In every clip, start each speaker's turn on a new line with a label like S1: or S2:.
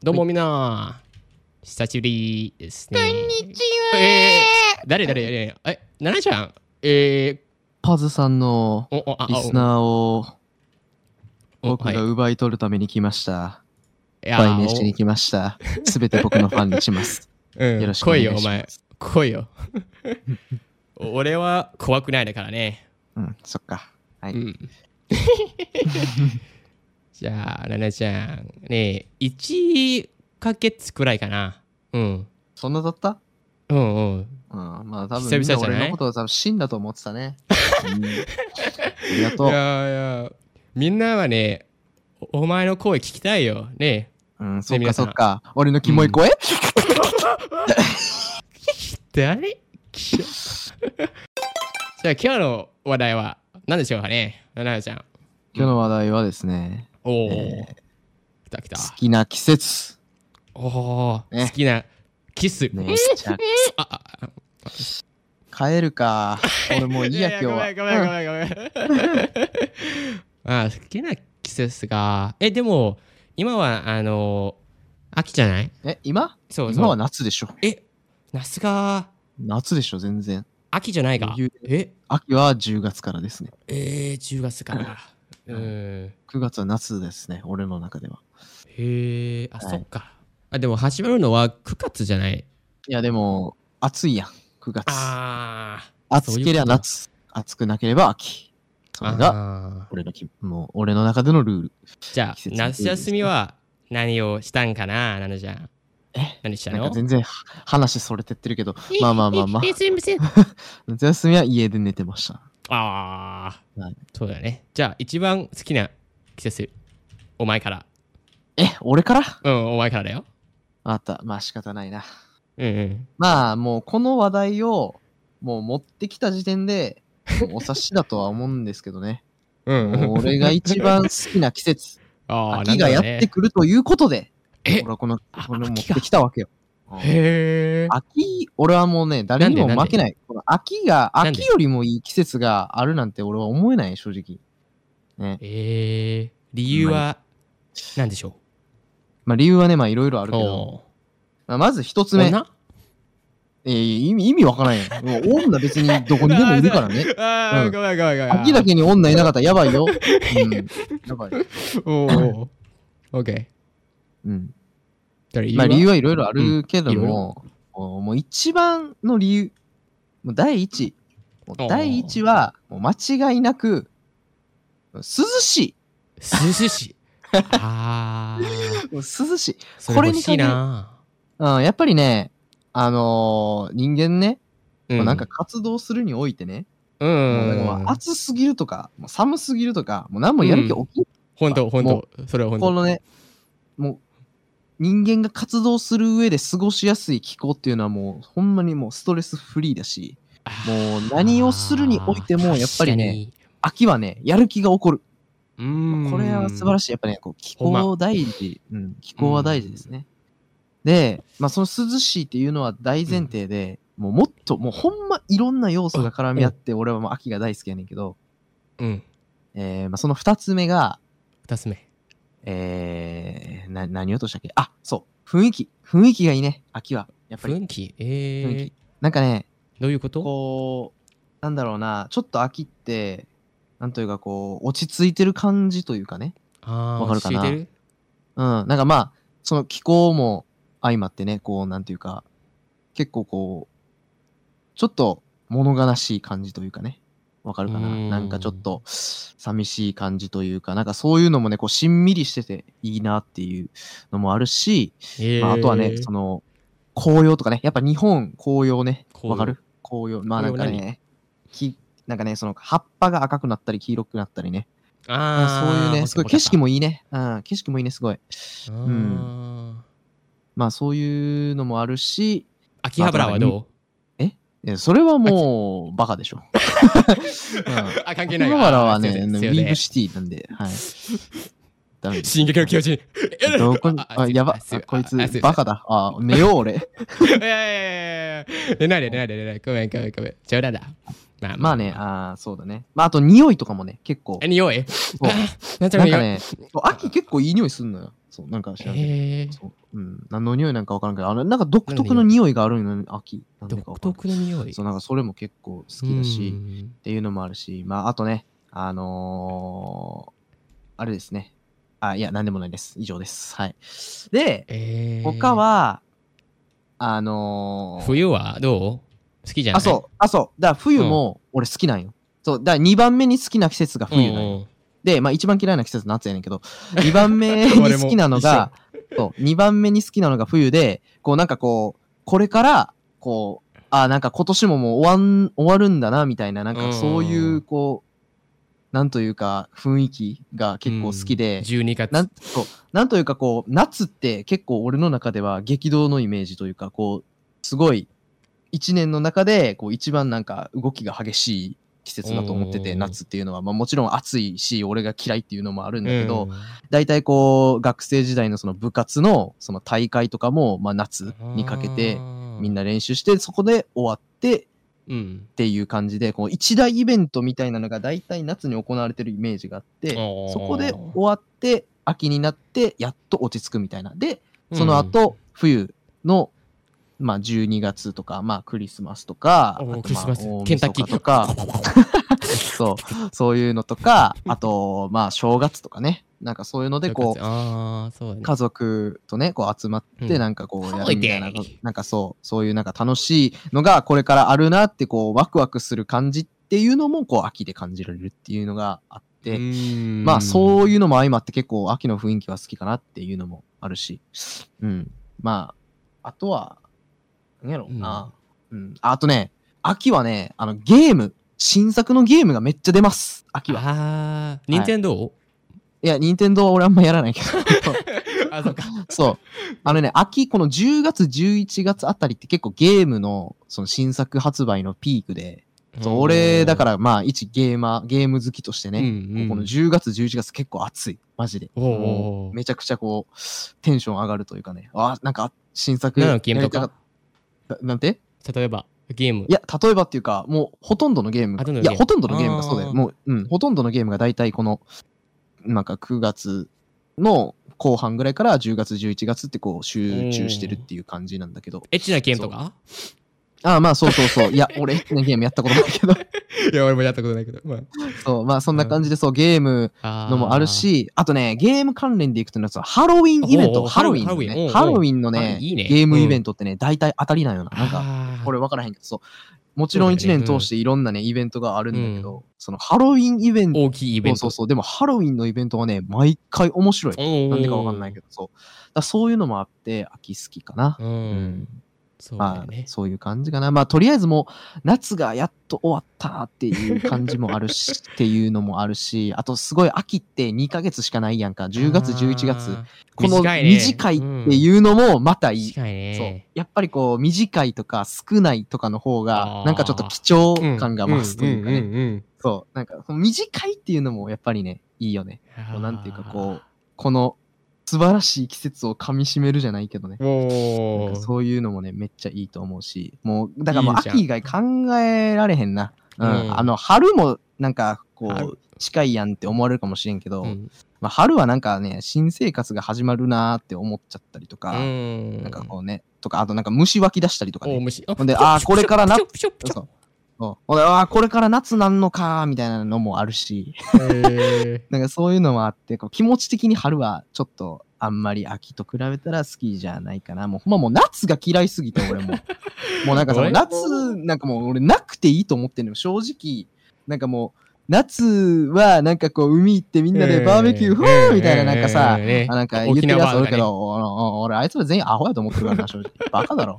S1: どうもみんな、久しぶりですね。
S2: ち
S1: えー、誰誰誰え、奈々ちゃんえ
S2: パズさんの
S1: ー、お、お、あ、
S2: リスナーを
S1: おお
S2: 僕が
S1: はい
S2: 奪い取るために来ました。
S1: いや
S2: 売
S1: ー
S2: 名しに来ました。すべて僕のファンにし ます。
S1: おうん、
S2: よろしくお
S1: 来い
S2: 願いし
S1: よ、
S2: ま
S1: お
S2: す
S1: 前。来いよ。 俺は怖くないだからね。
S2: うん、そっか。は
S1: う
S2: い。
S1: ん。じゃあ、奈々ちゃん、ねえ、1ヶ月くらいかな。うん。
S2: そんなだった
S1: うんうん。
S2: うん、まあ多分
S1: 久々じゃない
S2: みん俺のことは多分真だと思って たね。うん、ありが
S1: い
S2: とう。
S1: やいや、みんなはね、おお前の声聞きたいよ。ね
S2: うん、そっ
S1: 皆
S2: か
S1: さ
S2: そ
S1: ん
S2: っか。俺のキモい声、
S1: え。誰 じゃあ、今日の話題は何でしょうかね、ななちゃん。
S2: 今日の話題はですね、
S1: おお、
S2: え
S1: 来た来た。
S2: 好きな季節。
S1: おおー、
S2: ね
S1: 好きなキス。
S2: ね じゃあ
S1: あああ
S2: 帰 るか。俺もういいや、今日は。
S1: ごめんごめんごめんごめん。 あ好きな季節が。え、でも、今は、あの、秋じゃない
S2: うんえ、今
S1: そうそ
S2: 今は
S1: う。
S2: 夏でしょ。
S1: え、夏が
S2: 夏でしょ、全然。
S1: 秋じゃないか
S2: 余。
S1: え、
S2: 秋は10月からですね。
S1: えー、10月 から。うん。
S2: 9月は夏ですね、俺の中では。
S1: へえ、あ、
S2: はい
S1: そっか。あ、でも始まるのは9月じゃない。
S2: いや、でも、暑いやん、9月。
S1: あ
S2: 暑ければ夏、暑くなければ秋。それが、
S1: あー。
S2: 俺のき、もう、俺の中でのルール。
S1: じゃあ
S2: 季、節の
S1: 夏休みは何をしたんかな、なのじゃん。
S2: え
S1: 何した
S2: なん
S1: の
S2: か全然は話それてってるけど、まあまあまあまあ
S1: え、すいません。あ
S2: 夏休みは家で寝てました。
S1: あー、
S2: はい
S1: そうだね。じゃあ、一番好きな季節、お前から。
S2: え、俺から
S1: うん、お前からだよ。
S2: あった。まあ仕方ないな。
S1: うんうん。
S2: まあ、もうこの話題を、もう持ってきた時点で、もうお察しだとは思うんですけど ね。
S1: うんうん、
S2: もう俺が一番好きな季節。
S1: あー
S2: 秋がやってくるということで、
S1: え
S2: 俺はこの、
S1: あ
S2: これを持っ
S1: 秋が
S2: てきたわけよ。
S1: なんだろうねへえ。
S2: 秋、俺はもうね、誰にも
S1: なんでなんで
S2: 負けない。この秋が、
S1: なんで
S2: 秋よりもいい季節があるなんて俺は思えない、正直。ね。
S1: えー、理由は何でしょう
S2: まあ理由はね、まあいろいろあるけど、
S1: お
S2: まあ、まず一つ
S1: ー
S2: 目、
S1: 女
S2: えー意味意味わからんよ。もう女別にどこにでもいるからね。
S1: あ
S2: う
S1: あ、
S2: ん
S1: ごめんごめんごめん。
S2: 秋だけに女いなかったらやばいよ。うん。やばい。
S1: おーオッケー。
S2: うん。
S1: じゃあ理由は
S2: まあ理由はいろいろあるけど
S1: うんいろい
S2: も、もうもう一番の理由、もう第一、も
S1: お
S2: う
S1: ー
S2: 第一は、もう間違いなく、涼しい。
S1: 涼し い。ああ、
S2: もう涼しい。
S1: それ欲しいな。
S2: うん、やっぱりね、あのー人間ね、
S1: う
S2: なんか、活動するにおいてね、
S1: うんうん
S2: も
S1: う。
S2: うん暑すぎるとか、もう寒すぎるとか、もう何もやる気起き、
S1: 本当本
S2: も
S1: 当それは本
S2: こ
S1: 当
S2: のね、もう、人間が活動する上で過ごしやすい気候っていうのはもう、ほんまにもうストレスフリーだし、もう何をするにおいてもやっぱりね。秋はね、やる気が起こる。
S1: あー確かにうん。
S2: これは素晴ら
S1: しい。
S2: しい。やっぱね、こう気
S1: ほんま
S2: 候大事、うん、気候は大事ですね。で、まあ、その涼しいっていうのは大前提で、もうもっと、もうほんまいろんな要素が絡み合って、俺はもう秋が大好きやねんけど、
S1: うん。
S2: えーまあ、その二つ目が、
S1: 二つ目。
S2: えー、な何を落としたっけあ、そう、雰囲気。雰囲気がいいね、秋は。やっぱり。
S1: 雰囲気。え
S2: 雰
S1: ー
S2: 囲気、なんかね、
S1: どういうこと
S2: こう、なんだろうな、ちょっと秋って、なんというかこう、落ち着いてる感じというかね。
S1: ああ、
S2: わかるかな
S1: 落ち着いてる
S2: うん、なんかまあ、その気候も相まってね、こう、なんていうか、結構こう、ちょっと物悲しい感じというかね、わかるかな
S1: うん
S2: なんかちょっと寂しい感じというか、なんかそういうのもね、こう、しんみりしてていいなっていうのもあるし、
S1: えー
S2: まあ、あとはね、その、紅葉とかね、やっぱ日本紅葉ね、
S1: 紅葉
S2: わかる紅葉、まあなんか
S1: 紅葉
S2: ね、きなんかね、その葉っぱが赤くなったり黄色くなったりね、そう
S1: ああ、
S2: いうね、すごい景色
S1: も。
S2: もいいね、うん、景色もいいね、すごい。ん
S1: あー
S2: まあそういうのもあるし、
S1: 秋葉原はどう
S2: えそれはもうバカでしょ。うん
S1: あ、関係
S2: 秋
S1: ない。
S2: 葉原はね、
S1: あ
S2: ウ
S1: すいませんすいませ
S2: ィ
S1: ん
S2: ーブシティなんで、はい。ダメです。
S1: 進撃の巨人。
S2: どこに、
S1: あ
S2: あ、やば、
S1: すいません
S2: あこいつ
S1: あすいません
S2: バカだ。あ、寝よう俺。
S1: いやいやいやいや。寝ないで寝ないで寝ないで。ごめんごめんごめん。冗談だ。 まあ
S2: まあね、あーそうだね。まああと匂いとかもね、結構
S1: え、。匂い
S2: そう
S1: あなんちゃ
S2: な
S1: ら
S2: んか
S1: 匂い。
S2: ね、そう秋結構いい匂いすんのよ。そう、なんか知らんけど。
S1: えー
S2: そう何の匂いなんかわからんけど、あのなんか独特の匂いがあるのよね、秋。なんでか
S1: 独
S2: わから
S1: 特の
S2: ん
S1: 匂い
S2: そう、なんかそれも結構好きだし、
S1: う
S2: っ
S1: ん
S2: ていうのもあるし、まあ、あとね、あのーあれですね。あ、いや、なんでもないです。以上です。はい。で、
S1: えー
S2: 他は、あのー
S1: 冬はどう好きじゃない
S2: あ、そう、あ、そう。だから冬も俺好きなんよ。そう、だから2番目に好きな季節が冬なんよ。
S1: うん
S2: で、まあ一番嫌いな季節夏やね んけど、2番目に
S1: 俺も
S2: 好きなの が、そう、2番目に好きなのが冬で、こうなんかこう、これから、こう、あなんか今年ももう終わん、終わるんだな、みたいな、なん
S1: う
S2: か
S1: ん
S2: そういう、こう、なんというか、雰囲気が結構好き
S1: うん
S2: で、
S1: 12月
S2: なんそうなんというかこう、夏って結構俺の中では激動のイメージというか、こう、すごい、一年の中で、こう、一番なんか動きが激しい季節だと思って
S1: う
S2: て、
S1: ん
S2: 夏っていうのは、まあもちろん暑いし、俺が嫌いっていうのもあるんだけど、
S1: うん
S2: 大体こう、学生時代のその部活のその大会とかも、まあ夏にかけて、みん
S1: な、
S2: な練習して、そこで終わって、
S1: うん
S2: っていう感じで、こう一大イベントみたいなのが大体夏に行われてるイメージがあって、
S1: おー
S2: そこで終わって、秋になって、やっと落ち着くみたいな。で、その後、冬の、まあ、12月とか、まあ、クリスマスとか、
S1: おー
S2: あとまあ
S1: クリスマス
S2: 大晦日
S1: ケンタッキー
S2: とか、そう、そういうのとか、あと、まあ、正月とかね、なんかそういうので、こう、
S1: ああそうやね
S2: 家族とね、こう集まっ
S1: うん
S2: て、なんかこう、やるみたいな
S1: Holiday、
S2: なんかそう、そういうなんか楽しいのが、これからあるなって、こう、ワクワクする感じっていうのも、こう、秋で感じられるっていうのがあって、まあそう
S1: い
S2: いうのも相まって結構秋の雰囲気は好きかなっていうのもあるし、うん。まあ、あとは、何やろうな、うん。ああとね、秋はね、あのゲーム、新作のゲームがめっちゃ出ます、秋は。
S1: ああ任天堂
S2: いや、任天堂は俺あんまやらないけど。
S1: あそっか
S2: そう。あのね、秋、この10月、11月あたりって結構ゲームの、その新作発売のピークで、 そう俺、だからまあ、一ゲーマー、ゲーム好きとしてね、
S1: うんうん
S2: この10月、11月結構暑い。マジで。
S1: おうおうお
S2: も
S1: う
S2: うめちゃくちゃこう、テンション上がるというかね。あ、なんか新作
S1: ナノキムと
S2: やり
S1: か
S2: たかななんて
S1: 例えばゲーム
S2: いや、例えばっていうか、もうほとんどのゲーム
S1: あ
S2: が。
S1: ほとんどの
S2: いや、
S1: ゲーム
S2: ほとんどのゲームがそうだ
S1: あ
S2: よ。
S1: ー
S2: もう、うん、ほとんどのゲームが大体この、なんか9月の後半ぐらいから10月、11月ってこう集中してるっていう感じなんだけど。
S1: エッチなゲームとか
S2: ああ、まあそうそうそう。いや、俺、エッチなゲームやったことない けど。
S1: いや俺もやったことないけど、ま
S2: そう、まあそんな感じでそう、ゲーム、
S1: あ、
S2: のもあるし、あとね、ゲーム関連でいくとね、そのハロウィンイベ
S1: お
S2: ン
S1: うお
S2: ト、
S1: う
S2: ハロウィン
S1: ハロウィン
S2: ね、
S1: おうおう
S2: ハロウィンの
S1: あ
S2: ね、
S1: いいね
S2: ゲームイベントってね、大体当たりなんよな。なんか、
S1: か
S2: これ分からへんけど、そう。もちろん
S1: そうだ
S2: 一
S1: よね
S2: 年通していろんなね、イベントがあるんだけ
S1: う
S2: ど、そのハロウィンイベント、
S1: 大きいイベント
S2: そうそうそう、でもハロウィンのイベントはね、毎回面白い。
S1: な
S2: なんでか分かんないけど、そう。だからそういうのもあって、秋好きかな。
S1: どう
S2: うんん。
S1: そうだ
S2: ま
S1: よ
S2: あ、
S1: ね
S2: そういう感じかな。まあ、とりあえずもう、夏がやっと終わったなっていう感じもあるし、 っていうのもあるし、あとすごい秋って2ヶ月しかないやんか。10月、11月。この
S1: 短いね
S2: 短いっていうのもまたいい。
S1: 近いね
S2: そうやっぱりこう短いとか少ないとかの方
S1: あ
S2: が
S1: ー
S2: なんかちょっと貴重感が増すというか
S1: ん
S2: ね
S1: んうんうん
S2: そうなんかその短いっていうのもやっぱりねいいよね
S1: あー
S2: もうなんていうかここの素晴らしい季節をかみしめるじゃないけどね
S1: お
S2: なん
S1: ー
S2: かそういうのもね、めっちゃいいと思うし、もう、だからもう
S1: いいじゃん
S2: 秋以外考えられへんな。うん。
S1: うん
S2: あの、春もなんか、こ
S1: 春
S2: う、近いやんって思われるかもしれんけど、
S1: うん
S2: まあ、春はなんかね、新生活が始まるなーって思っちゃったりとか、
S1: うん
S2: なんかこうね、とか、あとなんか虫湧き出したりとか
S1: お
S2: ね。
S1: 虫
S2: ほんであーこれからな
S1: ピチョピチョピチョピチョ
S2: そう。そうほんでああ、これから夏なんのかーみたいなのもあるし、
S1: へ
S2: なんかそういうのもあって、こう気持ち的に春はちょっとあんまり秋と比べたら好きじゃないかな。もうほんまもう夏が嫌いすぎて俺 も。もうなんかその
S1: 俺も
S2: 夏、なんかもう俺なくていいと思ってんのよ。正直、なんかもう夏はなんかこう海行ってみんなでバーベキュー、ふーみたいななんかさ、あなんか言ってるやつおるけど、おおお俺あいつら全員アホやと思ってるからな、正 直。バカだろ。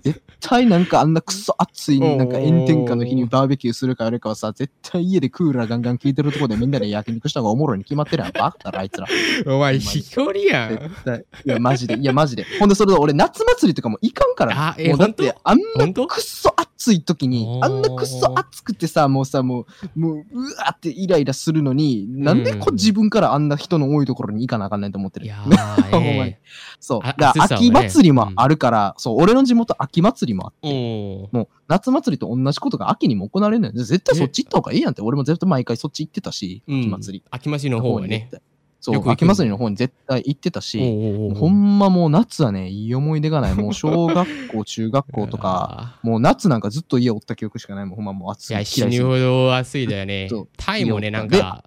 S2: 絶対なんかあんなクソ暑い、なんか炎天下の日にバーベキューするかやるかはさ、絶対家でクーラーガンガン効いてるとこでみんなで焼肉した方がおもろいに決まってるやん。バカだろ、あい つら。
S1: お前飛距離や ん
S2: 絶対。いや、マジで。いや、マジで。ほんで、それで俺夏祭りとかもいかんからな。
S1: あえ
S2: もうだって、あん
S1: 本当
S2: なくっそ暑い時に
S1: お、ー
S2: あんなくっそ暑くてさ、もうさ、もう、もう、うわーってイライラするのに、なんでこ
S1: うん
S2: 自分からあんな人の多いところに行かなあかんねんと思って
S1: い
S2: る
S1: や。ー
S2: お前
S1: え
S2: そう。
S1: あ
S2: だから
S1: 暑さをね
S2: 秋祭りもあるから、そう、俺の地元秋祭りもあって、
S1: えおー
S2: もう夏祭りと同じことが秋にも行われるのよ。絶対そっち行った方がいいやんって、俺も絶対毎回そっち行ってたし、
S1: うん
S2: 秋祭り。
S1: 秋祭りの方がね
S2: 行ってそ
S1: よ
S2: う、
S1: く行く
S2: 秋祭りの方に絶対行ってた
S1: おう
S2: し、
S1: おうおう
S2: ほんまもう夏はね、いい思い出がない。 もう小学校、中学校とか、
S1: あ
S2: もう夏なんかずっと家おった記憶しかない。もうほんまもう暑
S1: ー
S2: い。
S1: いや死
S2: 嫌い
S1: ぬ
S2: すぎて
S1: ほど暑いだよね
S2: そう
S1: タイもねなん
S2: で
S1: か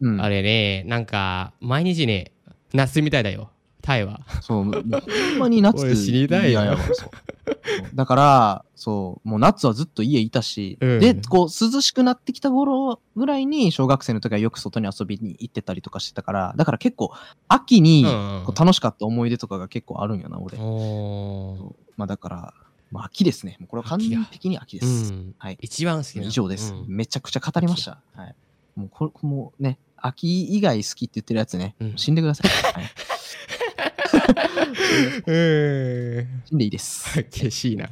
S2: うん
S1: あれねなんか毎日ね夏みたいだよタイは
S2: そう、もうほんまに夏
S1: 俺知りたいよ
S2: 嫌やわそうだから、そう、もう夏はずっと家いたし、
S1: うん
S2: で、こう、涼しくなってきた頃ぐらいに、小学生の時はよく外に遊びに行ってたりとかしてたから、だから結構、秋に
S1: うん
S2: こう楽しかった思い出とかが結構あるんやな、俺。
S1: おー
S2: そうまあだから、まあ秋ですね。もうこれは完
S1: 秋や
S2: 璧に秋で
S1: う
S2: す。
S1: ん
S2: はい
S1: 一番好きな
S2: 以上です、
S1: うん
S2: めちゃくちゃ語りました。はい。もうこれ、もうね、秋以外好きって言ってるやつね、
S1: うん
S2: 死んでください。はい、
S1: う
S2: 死んでいいです。
S1: ーん厳しいな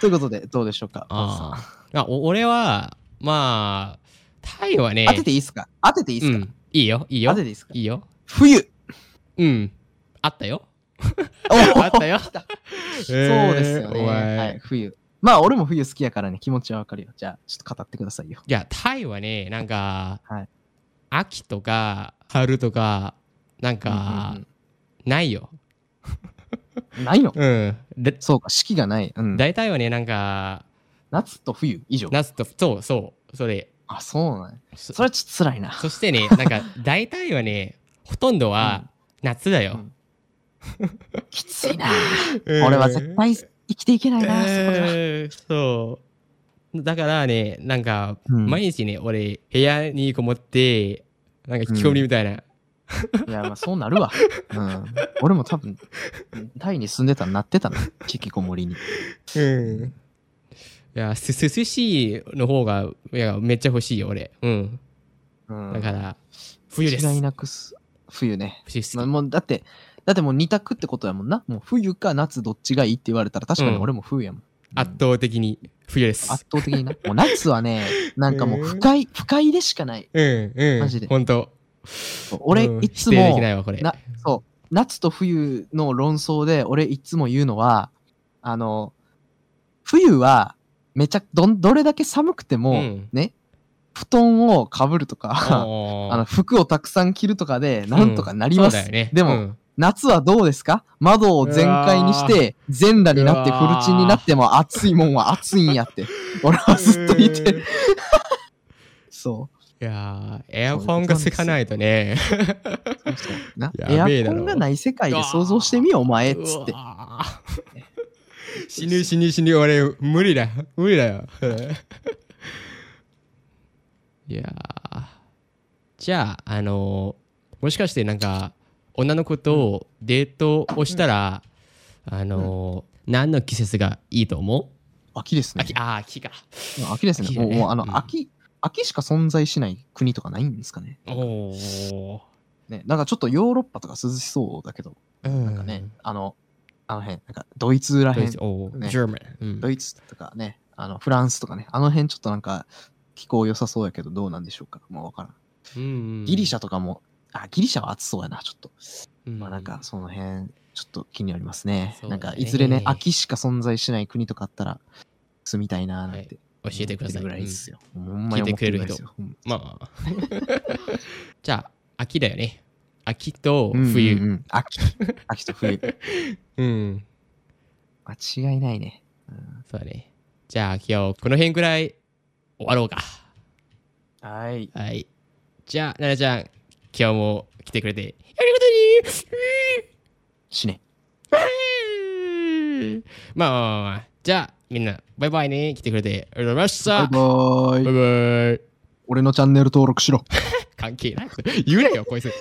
S2: ということで、どうでしょうか。
S1: あーあお俺はまあタイはね
S2: 当てていいっすか当てていいっす
S1: う
S2: か、
S1: んいいよいいよ
S2: 当てていいっすか
S1: いいよ
S2: 冬
S1: うんあったよ
S2: お
S1: あった よ
S2: 来た
S1: そう
S2: そうですよね、
S1: お前
S2: はい、冬。まあ俺も冬好きやからね、気持ちはわかるよ。じゃあ、ちょっと語ってくださいよ。
S1: いや、タイはね、なんか、
S2: はい
S1: 秋とか春とか、なん
S2: う
S1: か
S2: ん、
S1: ないよ。
S2: うんうんないの
S1: うん。で、
S2: そうか、四季がない。うん、
S1: 大体はね、なんか、
S2: 夏と冬以上。
S1: 夏と、そうそう、それ。
S2: あ、そうなんや
S1: そ
S2: それはちょっと辛いな。
S1: そしてね、なんか、大体はね、ほとんどは夏だ
S2: う
S1: よ
S2: ん。きついな。
S1: うん
S2: 俺は絶対生きていけないな、そこで
S1: う
S2: は。
S1: んそう。だからね、なんか、
S2: うん
S1: 毎日ね、俺、部屋にこもって、なんか、
S2: うん
S1: 着込みみたいな。
S2: いや、まあそうなるわ。うん。俺も多分、タイに住んでたらなってたな。引きこもりに。
S1: うん。いや、す、すすしいの方が、いや、めっちゃ欲しいよ、俺。うん。
S2: うん。
S1: だから、冬です。
S2: 違いなくす冬ね。
S1: 冬好き
S2: まあ、もうだって、だってもう二択ってことやもんな。もう冬か夏どっちがいいって言われたら確かに
S1: うん
S2: 俺も冬やもん。うん
S1: 圧倒的に冬です。
S2: 圧倒 的にな。もう夏はね、なんかもう
S1: えー
S2: 不快、不快でしかない。
S1: うん、うん。
S2: マジで
S1: 本当。
S2: 俺
S1: うん
S2: い
S1: 否
S2: つ
S1: 定でき
S2: も、
S1: ないわ、これ。
S2: な、そう、夏と冬の論争で俺いつも言うのは、あの、冬はめちゃ、どん、どれだけ寒くて
S1: う
S2: も、
S1: ん。
S2: ね、布団をかぶるとか、
S1: おー
S2: あの、服をたくさん着るとかで、なんとかなります。
S1: そうだよね。
S2: で
S1: う
S2: も、
S1: ん
S2: 夏はどうですか窓を全開にして、全裸になって
S1: う
S2: フ
S1: わー
S2: ルチンになっても暑いもんは暑いんやって。俺は ずっと言って。
S1: い
S2: そ
S1: やー、エアコンがつかないとね。
S2: う。そうそうなエ
S1: や
S2: ア
S1: べえだ
S2: コ
S1: ろ
S2: ンがない世界で想像してみよう、お前。つって
S1: う。わー死ぬ死ぬ死ぬ、俺、無理だ。無理だよ。 いやーじゃあ、あのーもしかしてなんか、女の子とデートをしたら、あのー何の季節がいいと思う
S2: 秋ですね
S1: 秋。あー、秋か。
S2: うん秋ですね。
S1: 秋だ
S2: も
S1: ね
S2: う、もうあ
S1: うん
S2: の、秋、秋しか存在しない国とかないんですかね。
S1: おー。
S2: ね、なんかちょっとヨーロッパとか涼しそうだけど、
S1: うん。
S2: なんかね、あの、あの辺、なんかドイツら
S1: ド
S2: 辺
S1: イツ、おー、
S2: ね
S1: ジェーマン。うん
S2: ドイツとかね、あのフランスとかね、あの辺ちょっとなんか気候良さそうやけどどうなんでしょうか。もうわからん。
S1: うん
S2: ギリシャとかも、あ、ギリシャは暑そうやな、ちょっと。
S1: ャ、
S2: まあなんかその辺、ちょっと気になりますね。
S1: そうだ
S2: なん
S1: ね
S2: かいずれね、秋しか存在しない国とかあったら住みたいななんて、
S1: 教えてください。
S2: 思ってるぐらいですよ。ほんま
S1: 聞いてくれる人
S2: 思ってぐらいですよ
S1: まあ。 じゃあ、秋だよね。秋と
S2: うん
S1: 冬。
S2: うんうんうん 秋。秋と冬。
S1: うん
S2: 間違いないね。うん
S1: そうだね。じゃあ、今日この辺くらい終わろうか。
S2: はい。
S1: はい。じゃあ、奈々ちゃん、今日も来てくれて、ありがと
S2: 死ね。
S1: うにまあまあまあまあ。じゃあ、みんな、バイバイね。来てくれて、ありがとうございました。
S2: バイバー
S1: バ
S2: イ。
S1: イバイ。
S2: 俺のチャンネル登録しろ。
S1: 関係ない。言うなよ、こいつ。